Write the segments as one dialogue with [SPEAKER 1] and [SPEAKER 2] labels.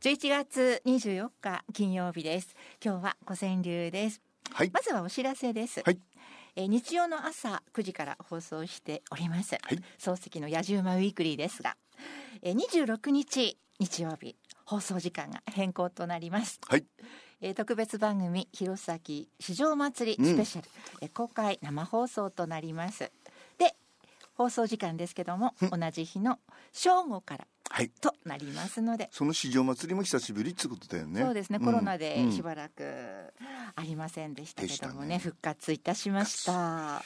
[SPEAKER 1] 11月24日金曜日です今日は古川流です
[SPEAKER 2] はい。
[SPEAKER 1] まずはお知らせです、
[SPEAKER 2] はい。
[SPEAKER 1] えー日曜の朝9時から放送しております、
[SPEAKER 2] はい
[SPEAKER 1] 漱石の野獣馬ウィークリーですが、えー、26日日曜日放送時間が変更となります、
[SPEAKER 2] はい。
[SPEAKER 1] えー特別番組「弘前市場祭りスペシャル」えー公開生放送となりますで放送時間ですけども同じ日の正午から
[SPEAKER 2] はい。
[SPEAKER 1] となりますので、
[SPEAKER 2] その市場祭りも久しぶりってことだよね。
[SPEAKER 1] そうですね、
[SPEAKER 2] ん
[SPEAKER 1] コロナでし
[SPEAKER 2] うん
[SPEAKER 1] ばらくありませんでしたけどもね,、
[SPEAKER 2] でしたね
[SPEAKER 1] 復活いたしました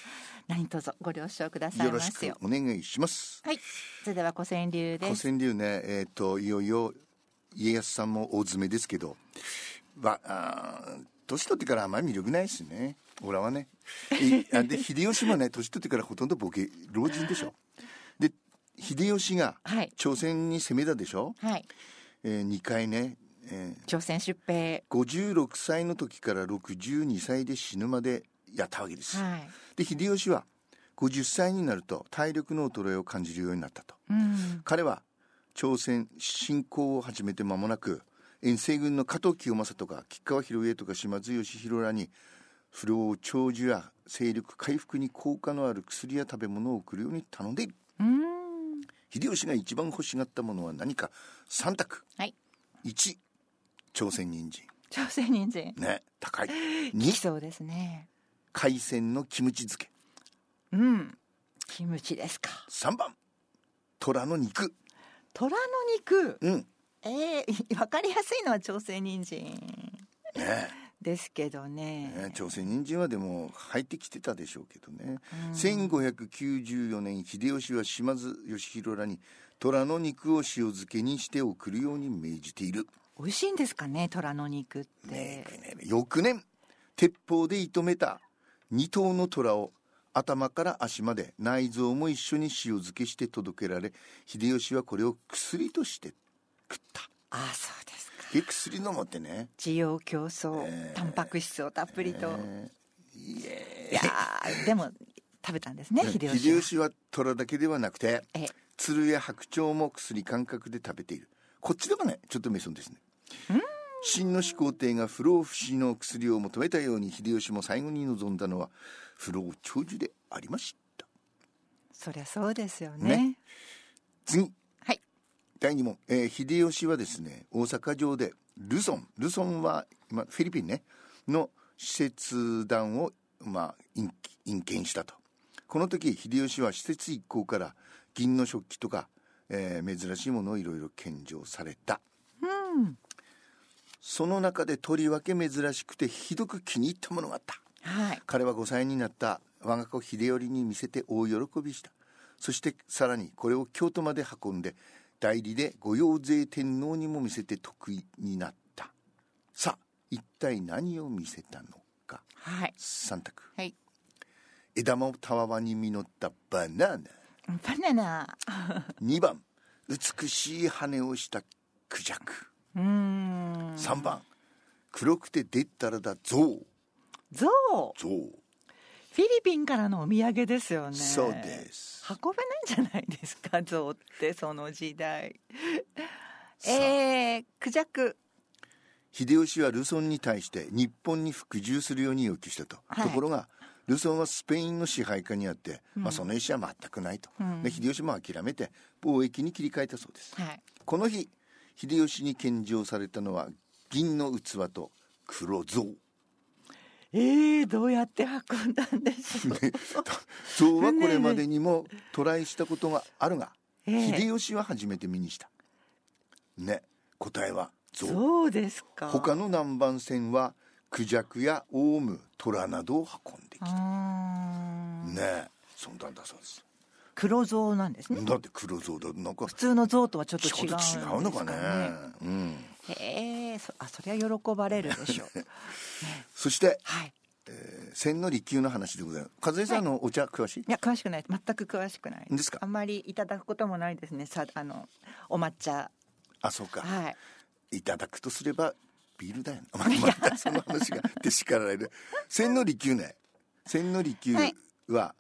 [SPEAKER 1] 何卒ご了承ください
[SPEAKER 2] よろ
[SPEAKER 1] ま
[SPEAKER 2] し
[SPEAKER 1] す
[SPEAKER 2] く
[SPEAKER 1] よ
[SPEAKER 2] お願いします。
[SPEAKER 1] はいそれでは古川流
[SPEAKER 2] 古
[SPEAKER 1] です
[SPEAKER 2] 川流ね、えっ、といよいよ家康さんも大詰めですけど、わあー年取ってからあんまり魅力ないですね。俺はね。いあで秀吉もね 年取ってからほとんどボケ老人でしょ。で秀吉が
[SPEAKER 1] はい
[SPEAKER 2] 朝鮮に攻めたでしょ。
[SPEAKER 1] はい
[SPEAKER 2] えー、2回ね。えー
[SPEAKER 1] 朝鮮出兵
[SPEAKER 2] 56歳の時から62歳で死ぬまでやったわけです。
[SPEAKER 1] はい
[SPEAKER 2] で秀吉は50歳になると体力の衰えを感じるようになったと
[SPEAKER 1] うん
[SPEAKER 2] 彼は朝鮮侵攻を始めて間もなく遠征軍の加藤清正とか吉川広家とか島津義弘らに不老長寿や勢力回復に効果のある薬や食べ物を送るように頼んでいる
[SPEAKER 1] うん
[SPEAKER 2] 秀吉が一番欲しがったものは何か3択
[SPEAKER 1] はい
[SPEAKER 2] 1朝鮮人参
[SPEAKER 1] 朝鮮人参
[SPEAKER 2] ね高い
[SPEAKER 1] き
[SPEAKER 2] 2
[SPEAKER 1] そうですね
[SPEAKER 2] 海鮮のキムチ漬け
[SPEAKER 1] うんキムチですか
[SPEAKER 2] 3番虎の肉
[SPEAKER 1] 虎の肉
[SPEAKER 2] うん
[SPEAKER 1] えー、わかりやすいのは朝鮮人参
[SPEAKER 2] ね
[SPEAKER 1] ですけどね
[SPEAKER 2] ね朝鮮人参はでも入ってきてたでしょうけどね、
[SPEAKER 1] うん
[SPEAKER 2] 1594年秀吉は島津義弘らに虎の肉を塩漬けにして送るように命じている、
[SPEAKER 1] 美味しいんですかね虎の肉って、
[SPEAKER 2] ねえねえ翌年鉄砲で射止めた2頭の虎を頭から足まで内臓も一緒に塩漬けして届けられ秀吉はこれを薬として食った
[SPEAKER 1] ああそうですか
[SPEAKER 2] で薬飲もうってね
[SPEAKER 1] 需要競争、
[SPEAKER 2] ええ
[SPEAKER 1] タンパク質をたっぷりと、
[SPEAKER 2] えーいえ
[SPEAKER 1] いやーでも食べたんですね秀吉は
[SPEAKER 2] 秀吉は虎だけではなくて
[SPEAKER 1] え
[SPEAKER 2] 鶴や白鳥も薬感覚で食べているこっちでもねちょっとメソンですね秦の始皇帝が不老不死の薬を求めたように秀吉も最後に望んだのは不老長寿でありました
[SPEAKER 1] そりゃそうですよね
[SPEAKER 2] 次
[SPEAKER 1] はい
[SPEAKER 2] 第2問、えー秀吉はですね大阪城でルソンルソンは今フィリピンねの施設団を、まあ、引引見したとこの時秀吉は施設一行から銀の食器とか、えー珍しいものをいろいろ献上された
[SPEAKER 1] うん
[SPEAKER 2] その中でとりわけ珍しくてひどく気に入ったものがあった
[SPEAKER 1] はい
[SPEAKER 2] 彼は5歳になった我が子秀頼に見せて大喜びしたそしてさらにこれを京都まで運んで代理で御用税天皇にも見せて得意になったさあ一体何を見せたのか
[SPEAKER 1] はい
[SPEAKER 2] 3択
[SPEAKER 1] はい
[SPEAKER 2] 枝もたわわに実ったバナナ
[SPEAKER 1] バナナ
[SPEAKER 2] 2番美しい羽をしたクジャク
[SPEAKER 1] うーん
[SPEAKER 2] 3番黒くてでったらだゾウ
[SPEAKER 1] 象
[SPEAKER 2] ゾウ
[SPEAKER 1] フィリピンからのお土産ですよね
[SPEAKER 2] そうです
[SPEAKER 1] 運べないんじゃないですか 象ってその時代
[SPEAKER 2] さあ
[SPEAKER 1] えー、クジャク
[SPEAKER 2] 秀吉はルソンに対して日本に服従するように要求したと、
[SPEAKER 1] はい
[SPEAKER 2] ところがルソンはスペインの支配下にあって、
[SPEAKER 1] うん
[SPEAKER 2] まあ、その意思は全くないと、
[SPEAKER 1] うん
[SPEAKER 2] で秀吉も諦めて貿易に切り替えたそうです
[SPEAKER 1] はい
[SPEAKER 2] この日秀吉に献上されたのは銀の器と黒 象
[SPEAKER 1] えー、どうやって運んだんでしょう、
[SPEAKER 2] 象はこれまでにもトライしたことがあるが、
[SPEAKER 1] えー
[SPEAKER 2] 秀吉は初めて目にしたね答えは象
[SPEAKER 1] そうですか。
[SPEAKER 2] 他の南蛮船はクジャクやオウム虎などを運んできた
[SPEAKER 1] あー
[SPEAKER 2] ねえそんなんだそうです
[SPEAKER 1] 黒象なんですね。
[SPEAKER 2] だって黒象だなんか
[SPEAKER 1] 普通の象とはちょっと
[SPEAKER 2] ちょ
[SPEAKER 1] 違うん
[SPEAKER 2] っと
[SPEAKER 1] です
[SPEAKER 2] 違うのかね
[SPEAKER 1] か
[SPEAKER 2] うん
[SPEAKER 1] ね。へえ、そあそりゃ喜ばれるでしょう。
[SPEAKER 2] そして
[SPEAKER 1] はい。
[SPEAKER 2] 千の利休の話でございます和江さんのお茶詳しい、
[SPEAKER 1] いや詳しくない。全く詳しくない。
[SPEAKER 2] ですか
[SPEAKER 1] あんまりいただくこともないですね。さあのお抹茶。
[SPEAKER 2] あそうか、
[SPEAKER 1] はい。
[SPEAKER 2] い、ただくとすればビールだ よ、まあ、またその話がで叱られ る千の利休ね千の利休
[SPEAKER 1] はい
[SPEAKER 2] は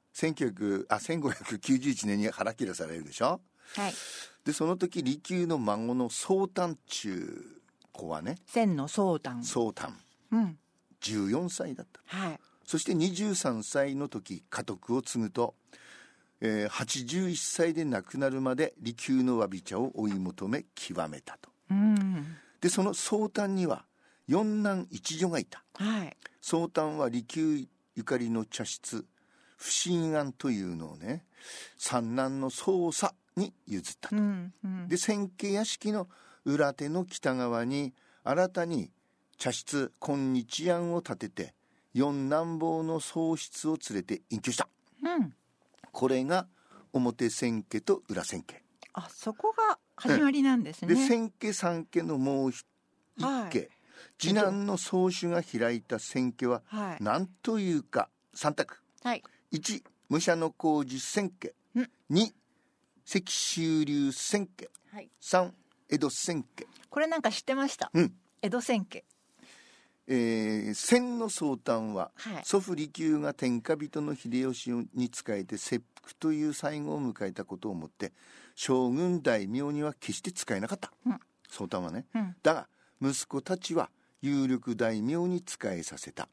[SPEAKER 2] 1900あ1591年に腹切らされるでしょ
[SPEAKER 1] はい。
[SPEAKER 2] でその時利休の孫の宗丹中子はね
[SPEAKER 1] 千の相談
[SPEAKER 2] 宗丹
[SPEAKER 1] うん
[SPEAKER 2] 14歳だった
[SPEAKER 1] はい
[SPEAKER 2] そして23歳の時家督を継ぐと、えー81歳で亡くなるまで利休のわび茶を追い求め極めたと
[SPEAKER 1] うん
[SPEAKER 2] でその宗丹には四男一女がいた
[SPEAKER 1] はい
[SPEAKER 2] 宗丹は利休ゆかりの茶室不審庵というのをね三男の宗佐に譲ったと
[SPEAKER 1] うんうん
[SPEAKER 2] で千家屋敷の裏手の北側に新たに茶室今日庵を建てて四男坊の宗室を連れて隠居した
[SPEAKER 1] うん
[SPEAKER 2] これが表千家と裏千家
[SPEAKER 1] あそこが始まりなんです
[SPEAKER 2] で
[SPEAKER 1] ね
[SPEAKER 2] 千家三家のもう一一家、
[SPEAKER 1] はい
[SPEAKER 2] 次男の宗主が開いた千家は
[SPEAKER 1] はい
[SPEAKER 2] 何というか三択
[SPEAKER 1] はい
[SPEAKER 2] 1武者の工事千家
[SPEAKER 1] うん
[SPEAKER 2] 2関州流千家
[SPEAKER 1] はい
[SPEAKER 2] 3江戸千家
[SPEAKER 1] これなんか知ってました
[SPEAKER 2] うん
[SPEAKER 1] 江戸千家
[SPEAKER 2] えー千の宗旦は、
[SPEAKER 1] はい
[SPEAKER 2] 祖父利休が天下人の秀吉に仕えて切腹という最後を迎えたことをもって将軍大名には決して使えなかった、
[SPEAKER 1] うん
[SPEAKER 2] 宗旦はね
[SPEAKER 1] うん
[SPEAKER 2] だが息子たちは有力大名に仕えさせた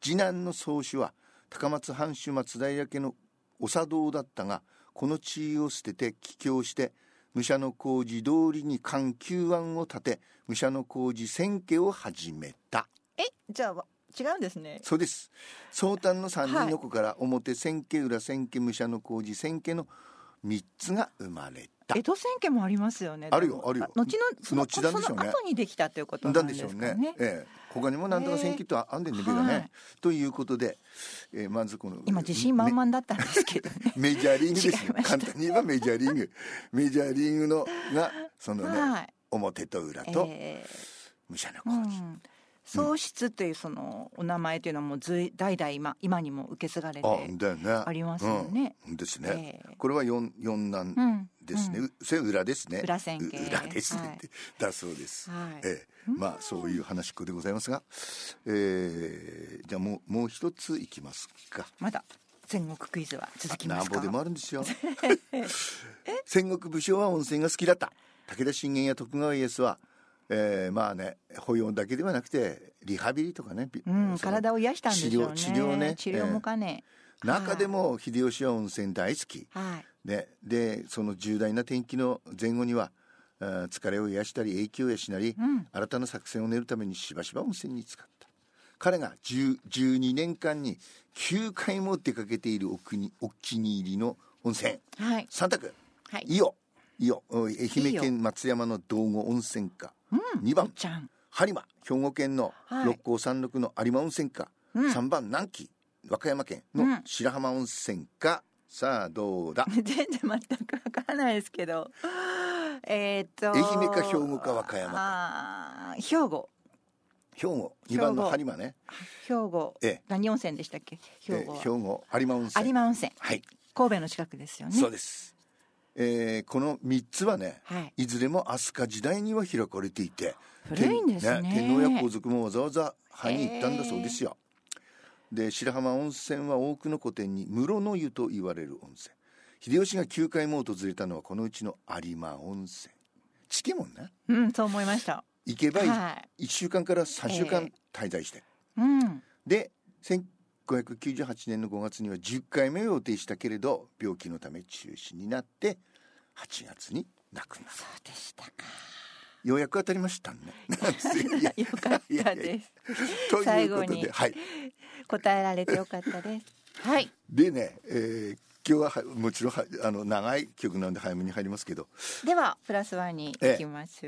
[SPEAKER 2] 次男の宗主は高松藩主松平家のお茶道だったがこの地位を捨てて帰郷して武者の工事通りに環球庵を建て武者の工事千家を始めた
[SPEAKER 1] えじゃあ違うんですね
[SPEAKER 2] そうです宗旦の三人の子から表千家裏千家武者の工事千家の三つが生まれた
[SPEAKER 1] 江戸千家もありますよね
[SPEAKER 2] あるよあるよ
[SPEAKER 1] 後のその
[SPEAKER 2] 後なんでしょうね
[SPEAKER 1] その後にできたということ
[SPEAKER 2] な
[SPEAKER 1] なんん
[SPEAKER 2] で
[SPEAKER 1] で
[SPEAKER 2] し
[SPEAKER 1] す
[SPEAKER 2] ょう
[SPEAKER 1] か
[SPEAKER 2] ね
[SPEAKER 1] ね。
[SPEAKER 2] ええ、他にもなんとか千切とああんでんねべがね、
[SPEAKER 1] はい
[SPEAKER 2] ということで、ええまずこの。
[SPEAKER 1] 今自信満々だったんですけどね
[SPEAKER 2] メメジャーリーグです
[SPEAKER 1] 違い
[SPEAKER 2] よ
[SPEAKER 1] ました
[SPEAKER 2] 簡単に言えばメジャーリーグメジャーリーグのがその ね、
[SPEAKER 1] はい。
[SPEAKER 2] 表と裏と
[SPEAKER 1] え
[SPEAKER 2] 武者の
[SPEAKER 1] ーう
[SPEAKER 2] 工事、
[SPEAKER 1] ん。喪失というそのお名前というのはもうずい代々今今にも受け継がれ
[SPEAKER 2] あ
[SPEAKER 1] て
[SPEAKER 2] だよね
[SPEAKER 1] ありますよね。
[SPEAKER 2] うん、ですね、
[SPEAKER 1] ええ
[SPEAKER 2] これは四四男
[SPEAKER 1] うん。
[SPEAKER 2] ですね、
[SPEAKER 1] うん。
[SPEAKER 2] それ裏ですね
[SPEAKER 1] 裏千家
[SPEAKER 2] う裏ですね、
[SPEAKER 1] はい
[SPEAKER 2] だそうです、
[SPEAKER 1] はい。
[SPEAKER 2] ええまあそういう話っ子でございますが、ええじゃあもうもう一ついきますか
[SPEAKER 1] まだ戦国クイズは続き
[SPEAKER 2] な
[SPEAKER 1] ま
[SPEAKER 2] ん
[SPEAKER 1] す
[SPEAKER 2] ぼ
[SPEAKER 1] か
[SPEAKER 2] で。もあるんで すよ 戦国武将は温泉が好きだった武田信玄や徳川家康は、えーまあね保養だけではなくてリハビリとかね、び
[SPEAKER 1] うん、
[SPEAKER 2] その
[SPEAKER 1] 体を癒したんでしょうね。
[SPEAKER 2] 治療治療ね
[SPEAKER 1] 治療もかね。
[SPEAKER 2] 中でも秀吉は温泉大好き、
[SPEAKER 1] はい。
[SPEAKER 2] ね、でその重大な転機の前後にはあー疲れを癒したり影響を養り、
[SPEAKER 1] うん。
[SPEAKER 2] 新たな作戦を練るためにしばしば温泉に使った彼が10 12年間に9回も出かけているお国お気に入りの温泉
[SPEAKER 1] はい。
[SPEAKER 2] 3択
[SPEAKER 1] はい。
[SPEAKER 2] 伊予伊予お愛媛県松山の道後温泉か2番
[SPEAKER 1] ちゃん。
[SPEAKER 2] 播磨兵庫県の
[SPEAKER 1] はい
[SPEAKER 2] 六甲山麓の有馬温泉か、
[SPEAKER 1] うん
[SPEAKER 2] 3番南紀和歌山県
[SPEAKER 1] う
[SPEAKER 2] の
[SPEAKER 1] ん
[SPEAKER 2] 白浜温泉か、さあどうだ
[SPEAKER 1] 全然全くわからないですけどえーっと
[SPEAKER 2] 愛媛か兵庫か和歌山か
[SPEAKER 1] か兵庫
[SPEAKER 2] 兵
[SPEAKER 1] 兵
[SPEAKER 2] 庫
[SPEAKER 1] 庫
[SPEAKER 2] 2番の播磨ね
[SPEAKER 1] 兵庫
[SPEAKER 2] ええ
[SPEAKER 1] 何温泉でしたっけ兵
[SPEAKER 2] え
[SPEAKER 1] 庫は
[SPEAKER 2] 兵庫有馬温泉
[SPEAKER 1] 有馬温泉
[SPEAKER 2] はい、
[SPEAKER 1] 神戸の近くですよね
[SPEAKER 2] そうです、えーこの3つはね
[SPEAKER 1] はい
[SPEAKER 2] いずれも飛鳥時代には開かれていて
[SPEAKER 1] 古いんですね
[SPEAKER 2] 天皇や皇族もわざわざ灰に行ったんだそうですよ、で白浜温泉は多くの古典に室の湯と言われる温泉秀吉が9回も訪れたのはこのうちの有馬温泉チケもんね
[SPEAKER 1] うんそう思いました
[SPEAKER 2] 行けば1
[SPEAKER 1] は
[SPEAKER 2] 週間から3週
[SPEAKER 1] え
[SPEAKER 2] 間滞在して、
[SPEAKER 1] いうん
[SPEAKER 2] で1598年の5月には10回目を予定したけれど病気のため中止になって8月に亡くなる
[SPEAKER 1] そうでしたか
[SPEAKER 2] ようやく当たりましたね なんつって いや
[SPEAKER 1] よかっ
[SPEAKER 2] いや
[SPEAKER 1] た
[SPEAKER 2] いやいや
[SPEAKER 1] です
[SPEAKER 2] とい
[SPEAKER 1] 最
[SPEAKER 2] うこ
[SPEAKER 1] 後
[SPEAKER 2] と
[SPEAKER 1] に
[SPEAKER 2] で、はい、
[SPEAKER 1] 答えられてよかったですはい
[SPEAKER 2] でね、えー今日ははもちろんはあの長い曲なんで早めに入りますけど
[SPEAKER 1] ではプラスワンに行きます、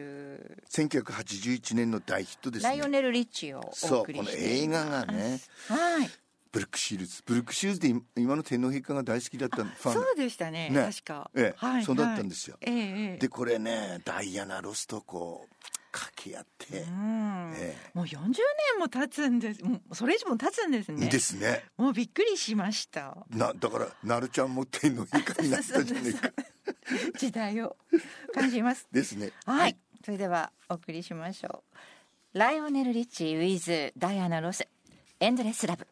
[SPEAKER 2] 1981年の大ヒットです
[SPEAKER 1] ライオ
[SPEAKER 2] ね
[SPEAKER 1] ネル・リッチをお
[SPEAKER 2] そう
[SPEAKER 1] 送り
[SPEAKER 2] この
[SPEAKER 1] して
[SPEAKER 2] 映
[SPEAKER 1] いま
[SPEAKER 2] 画
[SPEAKER 1] す
[SPEAKER 2] がね
[SPEAKER 1] はい
[SPEAKER 2] ブルックシールズブルックシールズで今今の天皇陛下が大好きだったファン
[SPEAKER 1] そうでしたね
[SPEAKER 2] ね
[SPEAKER 1] 確か、
[SPEAKER 2] ええ
[SPEAKER 1] はい
[SPEAKER 2] そうだったん
[SPEAKER 1] で
[SPEAKER 2] ですよ、
[SPEAKER 1] ええええ
[SPEAKER 2] でこれねダイアナ・ロスとこう掛け合って、
[SPEAKER 1] うん
[SPEAKER 2] え
[SPEAKER 1] もう40年も経つんですもうそれ以上も経つんです
[SPEAKER 2] え
[SPEAKER 1] ね
[SPEAKER 2] ですね
[SPEAKER 1] もうびっくりしました
[SPEAKER 2] なだからなるちゃんも天皇陛下になったじゃないか
[SPEAKER 1] 時代を感じます
[SPEAKER 2] ですね
[SPEAKER 1] はい、それではお送りしましょうライオネル・リッチ with ダイアナ・ロスエンドレス・ラブ